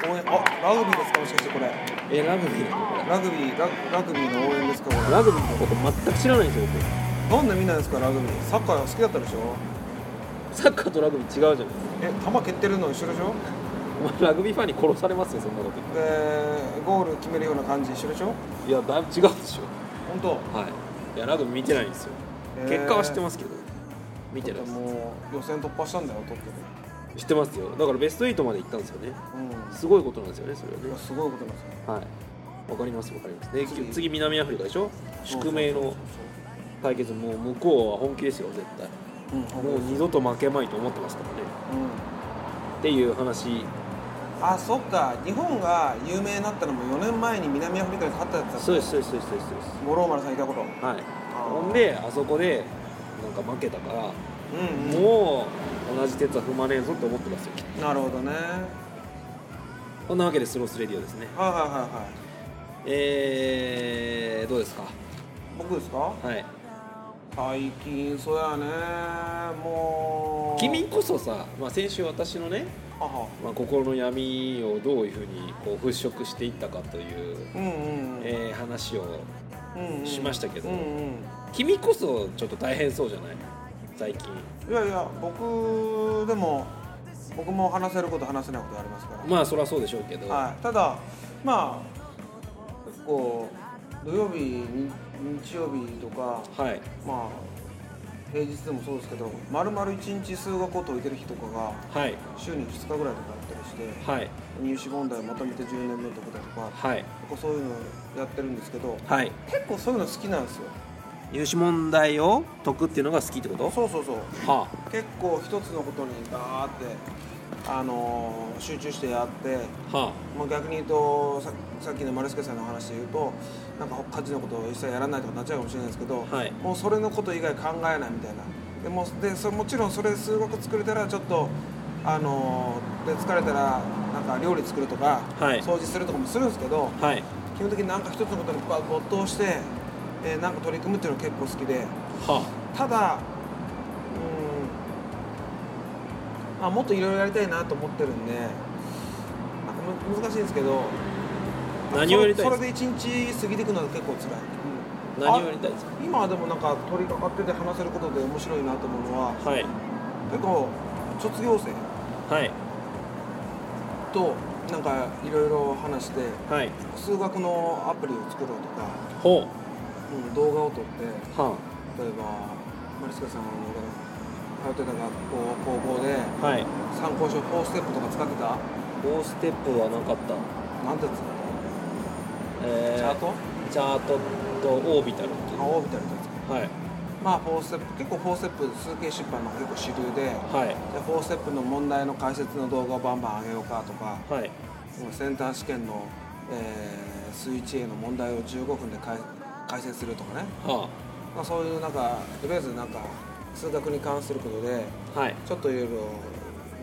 ラグビーですかもしかしてこれえラグビーだラグビーララグビーの応援ですかこラグビーのこと全く知らないんですよれなんで見ないんですかラグビーサッカー好きだったでしょ僕サッカーとラグビー違うじゃないえ球蹴ってるの一緒でしょお前ラグビーファンに殺されますよそんなこと言っでゴール決めるような感じ一緒でしょたらいやだいぶ違うでしょ本当はいいやラグビー見てないんですよ、えー結果は知ってますけど見てだなっいでてもう予選突破したんだよトップで、す知ってますよだからベスト8まで行ったんですよねうん、すごいことなんですよねそれはねいやすごいことなんですよはいわかりますわかりますで次次次南アフリカでしょ宿命そうの対決もう向こうは本気ですよ絶対そうそうそうもう二度と負けまいと思ってますからねうん、うんっていう話あそっか日本が有名になったのも4年前に南アフリカに勝ったやつだったそうですそうですそうですそうですそうです五郎丸さんいたことうんはいーほんであそこでなんか負けたから、うんもう同じ鉄は踏まねえぞって思ってますよなるほどねはいそんなわけでスロースレディオですねはいはいはいえー、どうですか僕ですかはい最近そうやねもう君こそさ、まあ、先週私のね、あはまあ、心の闇をどういうふうにこう払拭していったかという、うんうんうん、えー話をうんうんしましたけどうんうん君こそちょっと大変そうじゃない最近いやいや僕でも僕も話せること話せないことありますから、まあそりゃそうでしょうけど、はい、ただまあこう土曜日に日曜日とかはいまあ平日でもそうですけど丸々1日数学を解いてる日とかがはい週に2日ぐらいとかあったりしてはい入試問題まとめて10年目とかだとかはい結構そういうのやってるんですけどはい結構そういうの好きなんですよ入試問題を解くっていうのが好きってことそうそうそうは結構一つのことにガーって、あのー集中してやって、あはまあ、逆に言うとささっきの丸助さんの話で言うとなんか家事のことを一切やらないとかなっちゃうかもしれないですけど、はいもうそれのこと以外考えないみたいなでもうでそもちろんそれ数学作れたらちょっと、あのーで疲れたらなんか料理作るとか、はい掃除するとかもするんですけどあはい基本的になんか一つのことにバ没頭して、えーなんか取り組むっていうのが結構好きで。はただうーん、まあ、もっといろいろやりたいなと思ってるんでなんかむ難しいんですけどあ何をやりたいそでれすそれで1日過ぎていくのが結構辛い、うん何をやりたいですかあ今はでもなんか取り掛かってて話せることで面白いなと思うのはかはい結構卒業生はいとなんかいろいろ話してはい数学のアプリを作ろうとか、ほうん、動画を撮ってうは例えばマリスカさんの通ってた学校高校であはい参考書4ステップとか使ってた4ステップはなかった、なんて使ってえたチャートチャートとオービタルっていう青みたいなやつはいまあ4ステップ結構4ステップ数形出版のが結構主流でではい4ステップの問題の解説の動画をバンバン上げようかとかはいセンター試験の、えー、数一 A の問題を15分で解解説するとかね、はまあ、そういうなんかとりあえずなんか数学に関することであはいちょっといろいろ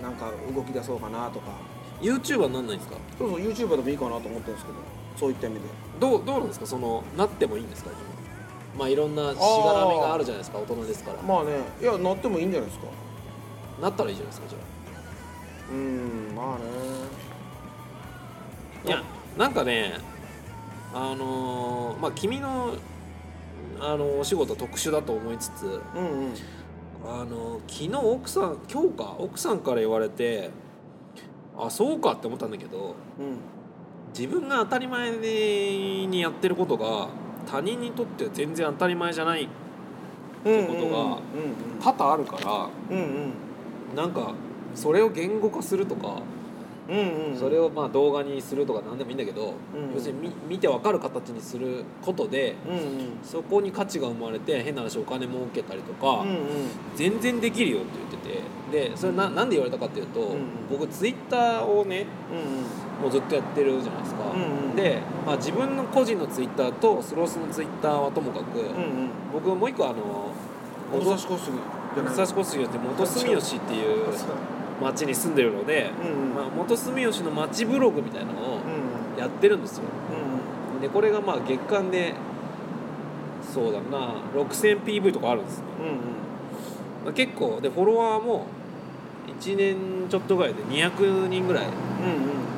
なんか動き出そうかなとか YouTuber になんないんですかそうそう YouTuber でもいいかなと思ってるんですけどそういった意味でどうどうなんですかそのなってもいいんですか自分まあいろんなしがらみがあるじゃないですか大人ですからまあねいやなってもいいんじゃないですかなったらいいじゃないですかじゃうんまあねあいやなんかねあのーまあ君のあのお仕事特殊だと思いつつうんうんあの昨日奥さん今日か奥さんから言われてあそうかって思ったんだけどうん自分が当たり前にやってることが他人にとっては全然当たり前じゃないうんことがう多々あるかんうんうんらなんかそれを言語化するとか、うんうんうんそれをまあ動画にするとか何でもいいんだけど、うんうん要するに見見て分かる形にすることでうんうんそこに価値が生まれて変な話お金儲けたりとか、うんうん全然できるよって言っててでそれななんで言われたかっていうと、んうん僕ツイッターをねうもうずっとやってるじゃないですか、うんうんで、まあ、自分の個人のツイッターとスロースのツイッターはともかく、んうん僕もう一個あのうん武蔵小杉じゃない武蔵小杉って元住吉っていう町に住んでるので、うんうんまあ、元住吉の町ブログみたいなのをうんうんやってるんですようんでこれがまあ月間でそうだな 6000PV とかあるんですねうんうんまあ結構でフォロワーも1年ちょっとぐらいで200人ぐらい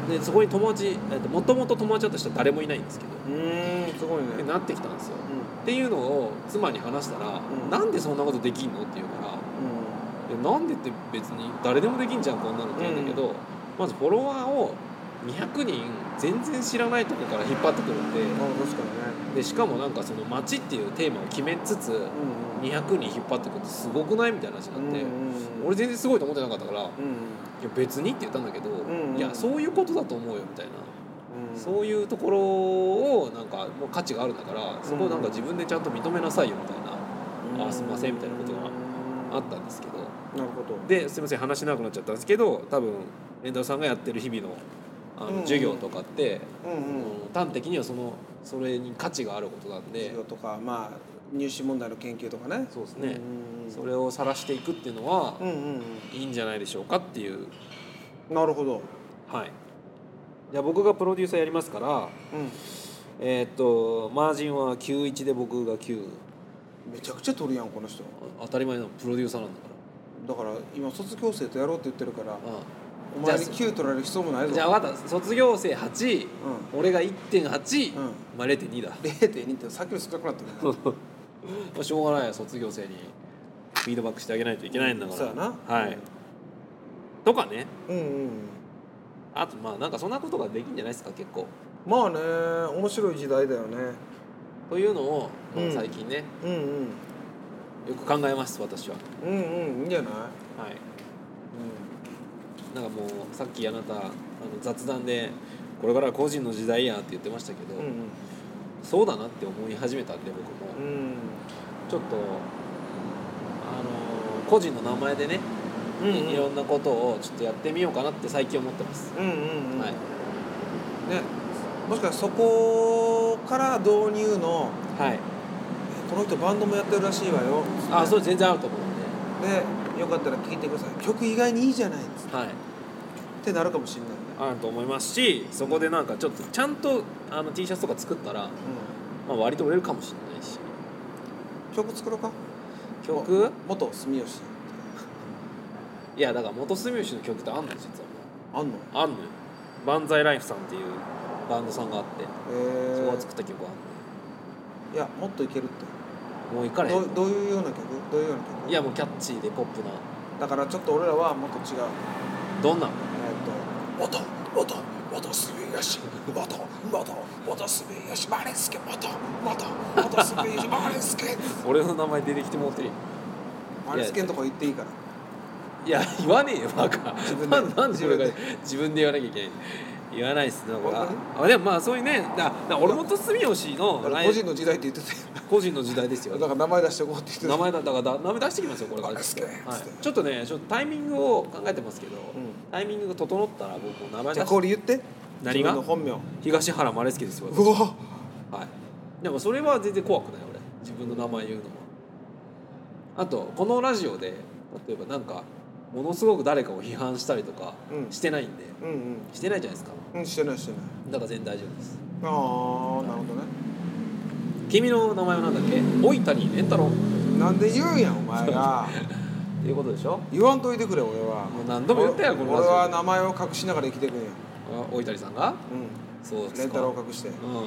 でそこに友達もともと友達だった人は誰もいないんですけどうんうんうーんすごいねでなってきたんですようっていうのを妻に話したら「うんなんでそんなことできんの?」って言うからんいやなんでって別に誰でもできんじゃんこんなのって言うんだけど、まずフォロワーを200人全然知らないとこから引っ張ってくるんでうんあ確かにねでしかもなんかその街っていうテーマを決めつつうんうん200人引っ張ってくるってすごくないみたいな話になって、うんうん俺全然すごいと思ってなかったから「いやうん別に」って言ったんだけど、んうんいやそういうことだと思うよみたいな、うんそういうところをなんかもう価値があるんだからそこをなんか自分でちゃんと認めなさいよみたいな、あすいませんみたいなことがあったんですけど。なるほどですいません話長くなっちゃったんですけど多分遠藤さんがやってる日々のあの、うんうん授業とかって、うんうんうん端的にはそのそれに価値があることなんで授業とかまあ入試問題の研究とかねそうですね、うんそれを晒していくっていうのは、うんうんいいんじゃないでしょうかっていううんなるほどはいじゃあ僕がプロデューサーやりますからうんえーっとマージンは91で僕が9めちゃくちゃ取るやんこの人当たり前のプロデューサーなんだかだから今卒業生とやろうって言ってるからら、お前にじゃあ9取られる必要もないうんぞじゃあ分かった卒業生8、俺が1.8、うんまあ0.2だ0.2ってさっきより少なくなってる ねまあしょうがないよ卒業生にフィードバックしてあげないといけないんだから、そうやなはい、とかねうんうんあとまあなんかそんなことができんじゃないですか結構まあね面白い時代だよねというのを、まあうん最近ねうんうんよく考えます私はうんうんいいんじゃないはいなんかもうさっきあなたあの雑談で「これからは個人の時代や」って言ってましたけど、うんうんそうだなって思い始めたんで僕も、うんちょっとあの個人の名前でね、うんうんいろんなことをちょっとやってみようかなって最近思ってます、うんうんうんはいねもしかしたらそこから導入のはいこの人バンドもやってるらしいわよあそれ全然あると思うんで、でよかったら聴いてください曲意外にいいじゃないっつっはい、てなるかもしれないねあると思いますしそこでなんかちょっとちゃんとあの T シャツとか作ったら、まあ、割と売れるかもしれないしうん曲作ろうか曲元住吉いやだから元住吉の曲ってあんのよ実はあんのもうあんのよ万歳ライフさんっていうバンドさんがあってえそこがー作った曲があいやもっといけるってんのよもういかれへどんうどういうような曲どういうような曲いやもうキャッチーでポップなだからちょっと俺らはもっと違うどんなえーっと「元元元住吉元元元住吉マリンスケ元元元住吉マリンスケ」俺の名前出てきてもうてるマリンスケのとこ言っていいからいや言わねえよバカ自分でなんなんで俺が自分で言わなきゃいけない言わないっすねだから本あでもまあそういうねだだから俺元住吉のだからライ個ブ人の時代って言ってたよ個人の時代ですよだから名前出しておこうって言ってた名前だだからだ名前出してきますよこれからあち好きょっと、はい好き、ちょっとねちょっとタイミングを考えてますけど、んタイミングが整ったら僕も名前じゃ出あしてこれ言って何が自分の本東原マレスケですよ名うわ私はいでもそれは全然怖くない俺自分の名前言うのはあとこのラジオで例えばなんかものすごく誰かを批判したりとかうんしてないんで、うんうんしてないじゃないですかうんしてないしてないだから全然大丈夫ですああなるほどね君の名前はなんだっけ老谷蓮太郎っなんで言うんやんお前 がていうことでしょ言わんといてくれ俺はもう何度も言ったやんこのラジ俺オは名前を隠しながら生きてくんやあ老谷さんがうんそうですかレンタルを隠してうんう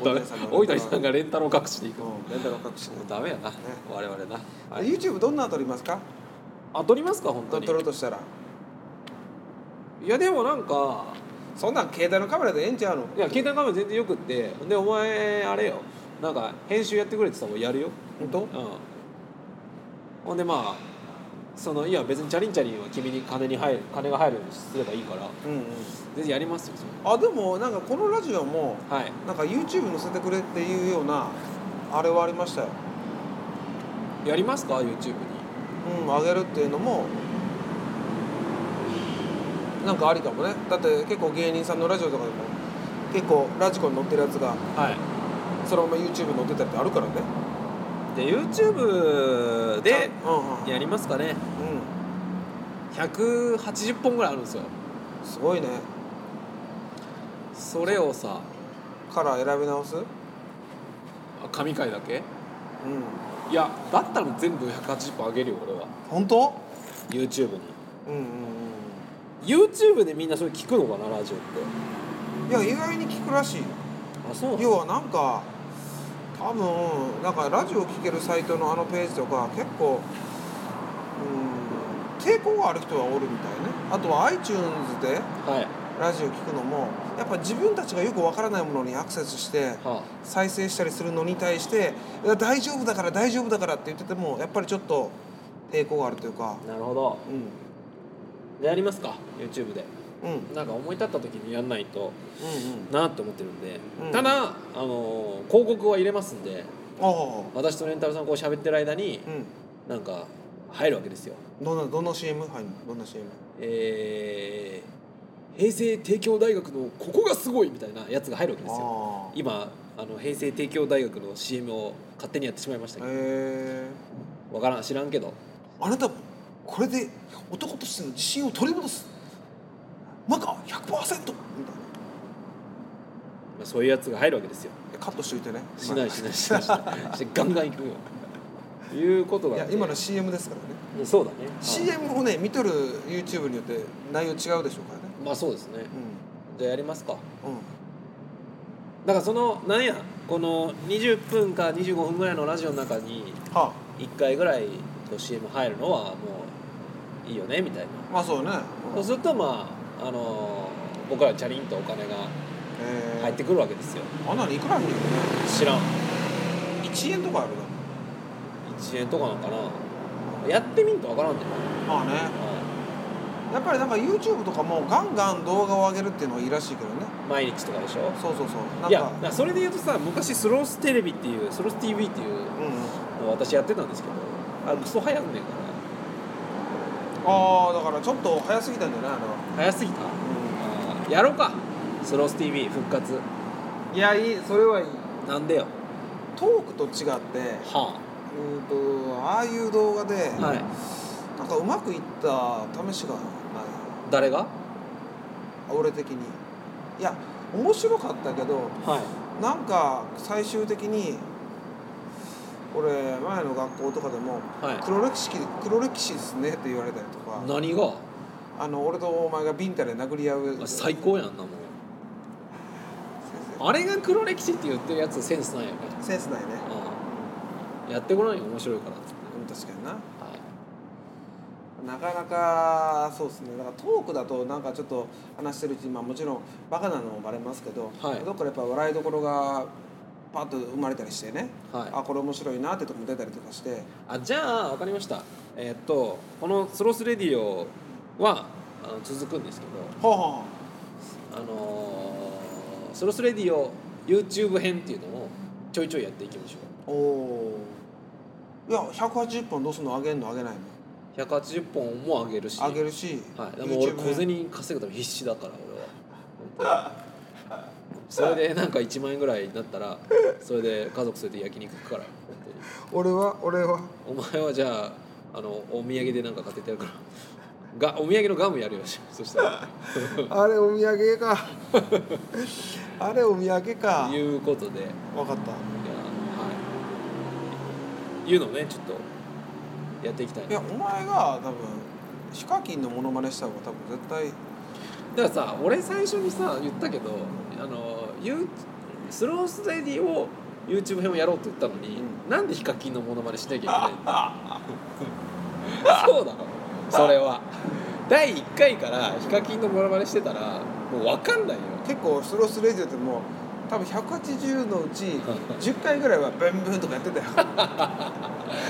ん大谷さんが 大谷さんがレンタルを隠しでいくもレンタルを隠してうダメやな、ね我々な、はい、 YouTube どんなの撮りますかあ撮りますか本当撮にろうとしたらいやでもなんかそんなん携帯のカメラでええんちゃうのいや携帯カメラ全然よくってでお前あれよなんか編集やってくれって言ったらやるよ本当うんほんでまあそのいや別にチャリンチャリンは君に金に入る金が入るようにすればいいからうんうん全然やりますよそあでもなんかこのラジオもれはいなんか YouTube 載せてくれっていうようなあれはありましたよやりますか YouTube にうん、上げるっていうのもなんかありかもねだって結構芸人さんのラジオとかでも結構ラジコに載ってるやつがはいそのまま YouTube に載ってたりってあるからねで YouTube でうんうんやりますかねう180本ぐらいあるんですよんすごいねそれをさカラー選び直すうんあ神回だけいやだったら全部180本あげるよ俺は本当 YouTube にううんうん YouTube でみんなそれ聞くのかなラジオってうんいや意外に聞くらしいよあそうなの要はなんか多分なんかラジオ聴けるサイトのあのページとか結構うん傾向がある人はおるみたいねあとは iTunes ではいはラジオ聴くのもやっぱ自分たちがよくわからないものにアクセスしてあ再生したりするのに対して「いや大丈夫だから大丈夫だから」って言っててもやっぱりちょっと抵抗があるというかなるほどうんでやりますか YouTube でうんうんなんか思い立った時にやんないとなって思ってるんで、うんただ、あのー広告は入れますんでうんあ私とレンタルさんこう喋ってる間にあうんなんか入るわけですよどんなどんな CM 入るのどんな CM えー平成帝京大学のここがすごいみたいなやつが入るわけですよああ今あの平成帝京大学の CM を勝手にやってしまいましたけどえーわからん知らんけどあなたもこれで男としての自信を取り戻すマカ100%みたいなまあそういうやつが入るわけですよえカットしといてねしないしないしないしないしてガンガン行くよいうこといだや今の CM ですからね、そうだね、はい CM をね見とる YouTube によって内容違うでしょうからねまあそうですねじゃあやりますかうんうんだからそのなんやこの20分か25分ぐらいのラジオの中には1回ぐらいこう CM 入るのはもういいよねみたいなあまあそうね、うそうんするとまあ、あのー僕らチャリンとお金がえー入ってくるわけですよあんなのいくらあるんだろう知らんね1円とかあるだ1円とかなんかなやってみんとわからんねんまあねやっぱりなんか YouTube とかもガンガン動画を上げるっていうのがいいらしいけどね毎日とかでしょそうそうそうなんかいやだからそれで言うとさ昔スローステレビっていうスロース TV っていううんうん、のを私やってたんですけどあれクソ早くねんかああだからちょっと早すぎたんじゃないあれはら早すぎたあーやろうかスロース TV 復活いやいいそれはいいなんでよトークと違ってはうんとああいう動画で、あはいなんかうまくいった試しがない誰が俺的にいや面白かったけどはいなんか最終的に俺前の学校とかでもはい「黒歴史黒歴史ですね」って言われたりとか何があの俺とお前がビンタで殴り合う最高やんなもうあれが黒歴史って言ってるやつセンスないよねセンスないねうんやってこないよ面白いからっつって、うん確かになはいなかなかそうですねだからトークだとなんかちょっと話してるうちに、まあ、もちろんバカなのもバレますけど、はいどっかでやっぱ笑いどころがパッと生まれたりしてね、はいあこれ面白いなってとこも出たりとかしてあじゃあ分かりましたえーっとこの「スロースレディオは」あの続くんですけほうほどあのースロースレディオ YouTube 編っていうのをちょいちょいやっていきましょうおおーいや180本どうすんの上げんの上げないのう180本も上げるし上げるし、はい、でも俺 YouTube 小銭稼ぐために必死だから俺 は本当にそれでなんか1万円ぐらいになったらそれで家族連れて焼肉行くから本当に俺は俺はお前はじゃああのお土産でなんか買ってってやるからがお土産のガムやるよしそしたらあれお土産 かあれお土産かということでいや分かったはいいうのをねちょっとやっていきたいいやお前が多分ヒカキンのモノマネした方が多分絶対だからさ俺最初にさ言ったけどあのユースロースレディを YouTube 編をやろうって言ったのに、うなんでヒカキンのモノマネしなきゃいけない のそうだろそれは第1回からヒカキンのモノマネしてたらもう分かんないよ結構スロースレディオってもう多分180のうち10回ぐらいはブンブンとかやってたよ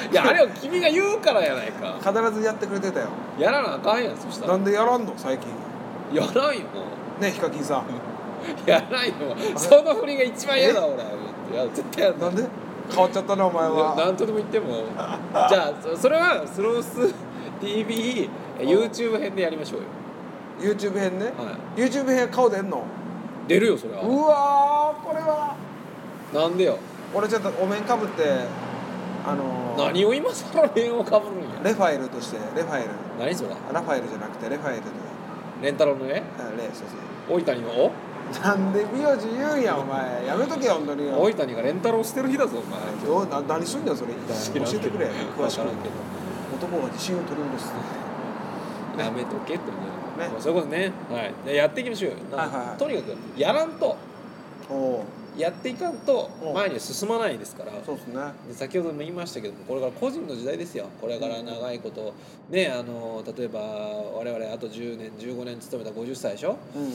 いやあれを君が言うからやないか必ずやってくれてたよやらなあかんやんそしたらなんでやらんの最近やらんよねヒカキンさんやらんよその振りが一番嫌だ俺いや絶対やんななんで変わっちゃったなお前は何とでも言ってもじゃあそそれはスロース TV え YouTube 編でやりましょうよ、 YouTube 編ねは YouTube 編顔出んのい、出るよそうれはわーこれはなんでよ俺ちょっとお面かぶってあのー何を今更面をかぶるんやレファエルとしてレファエル何それあラファエルじゃなくてレファエルでレンタルのねあレそうそう大分にのなんで名字言うんやお前やめとけよ本当にお大分にがレンタルをしてる日だぞお前どうな何すんだよそれ一体知らん教えけてくどれ詳しくわからんけど男が自信を取り戻すねやめとけって思うねねそういうことね、はい、でやっていきましょうよ、なんかはいはいはいとにかくやらんとおおやっていかんとうん前には進まないですからそうですねで先ほども言いましたけどもこれから個人の時代ですよこれから長いことねあの例えば我々あと10年15年勤めた50歳でしょうんうん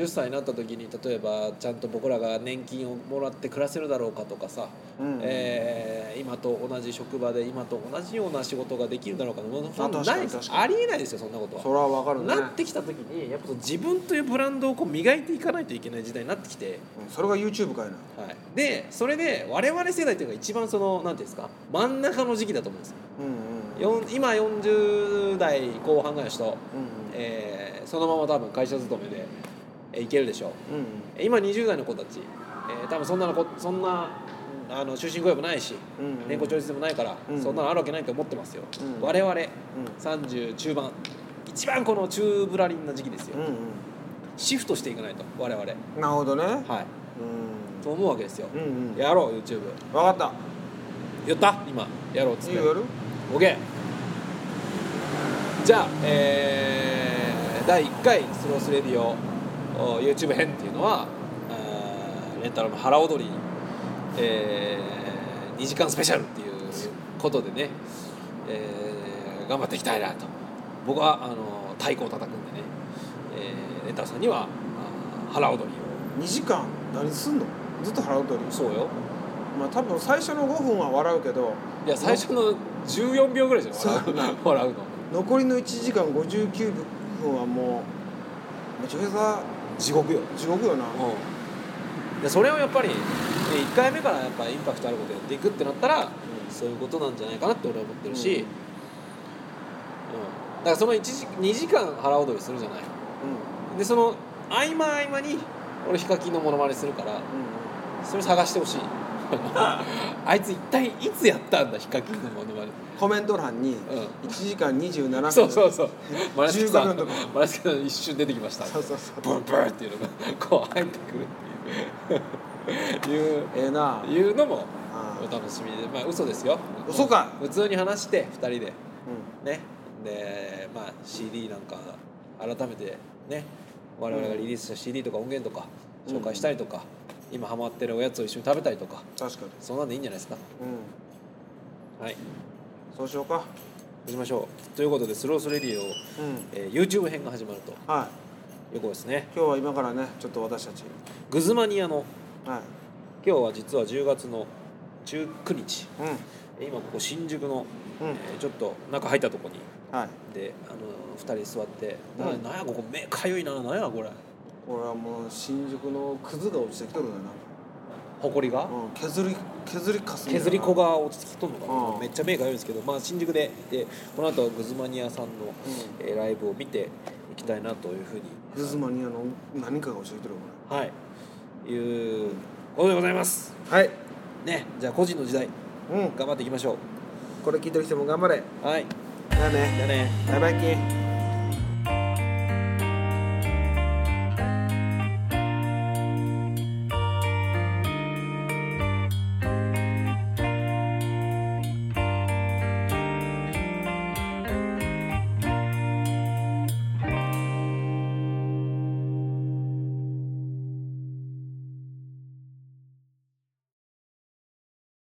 50歳になった時に例えばちゃんと僕らが年金をもらって暮らせるだろうかとかさ、うんうんえー今と同じ職場で今と同じような仕事ができるだろうかそんなそんなあ確かなにいです確よありえないですよそんなことは。それはわかるねなってきた時にやっぱその自分というブランドをこう磨いていかないといけない時代になってきて、うんそれが YouTube かいなはい、でそれで我々世代というのが一番その何ていうんですか真ん中の時期だと思うんですようんうんよん今40代後半ぐらいの人、うんえーそのまま多分会社勤めで、えーいけるでしょううんうん今20代の子たち、えー多分そんなのこそんなあの終身雇用もないしうんうん年功序列でもないから、うんそんなのあるわけないと思ってますよ、うん我々うん30中盤一番この中ブラリンな時期ですよ、うんシフトしていかないと我々うんなるほどねはいうんと思うわけですよ、うんうんやろう YouTube わかっ言った今やろうっつったていいよやる OK じゃあえー第1回スロースレディオお YouTube 編っていうのはあーレンタルの腹踊り、え2時間スペシャルっていうことでね、えー頑張っていきたいなと僕はあの太鼓を叩くんでね、えーレンタルさんにはあー腹踊りを2時間何すんのずっと腹踊りそうよまあ多分最初の5分は笑うけどいや最初の14秒ぐらいじゃないそう笑う笑うの残りの1時間59分はもうめちゃくちゃ地獄よ地獄よなうん、でそれをやっぱり、ね、1回目からやっぱインパクトあることやっていくってなったら、そういうことなんじゃないかなって俺は思ってるし、うんうんだからその1時2時間腹踊りするじゃないでその合間合間に俺ヒカキンのモノマネするからうんうんそれ探してほしい あいつ一体いつやったんだヒカキンのモノマネコメント欄にうん1時間27分そうそうそうマラスケさ15ん分とかマラスケさん一瞬出てきましたそうそうそうブンブンっていうのがこう入ってくるっていういうええないうのもあお楽しみでまあ嘘ですよ嘘か普通に話して2人でうねでまあ CD なんか改めてね我々がリリースした CD とか音源とかうん紹介したりとか、今ハマってるおやつを一緒に食べたりとかん確かにそんなんでいいんじゃないですかうんはいそうしようかそうしましょうということでスロースレディオ、うんえー YouTube 編が始まるとはいいうことですね今日は今からねちょっと私たちグズマニアのはい今日は実は10月の19日うえー今ここ新宿の、うんえーちょっと中入ったとこにんはいであの2人座って「なうんなんやここ目かゆいななんやこれこれはもう新宿のクズが落ちてきとるんだよほこりがな、うん、削り削りかすみたいな削り粉が落ちてきとんのかなうんめっちゃ目がゆいんですけど、まあ、新宿ででこの後グズマニアさんの、うえーライブを見ていきたいなというふうにグズマニアの何かが落ちてきてるこはいいうことでございますれはいねじゃあ個人の時代うん頑張っていきましょこれ聞いてる人も頑張れうはいだねじゃあねバイバイキン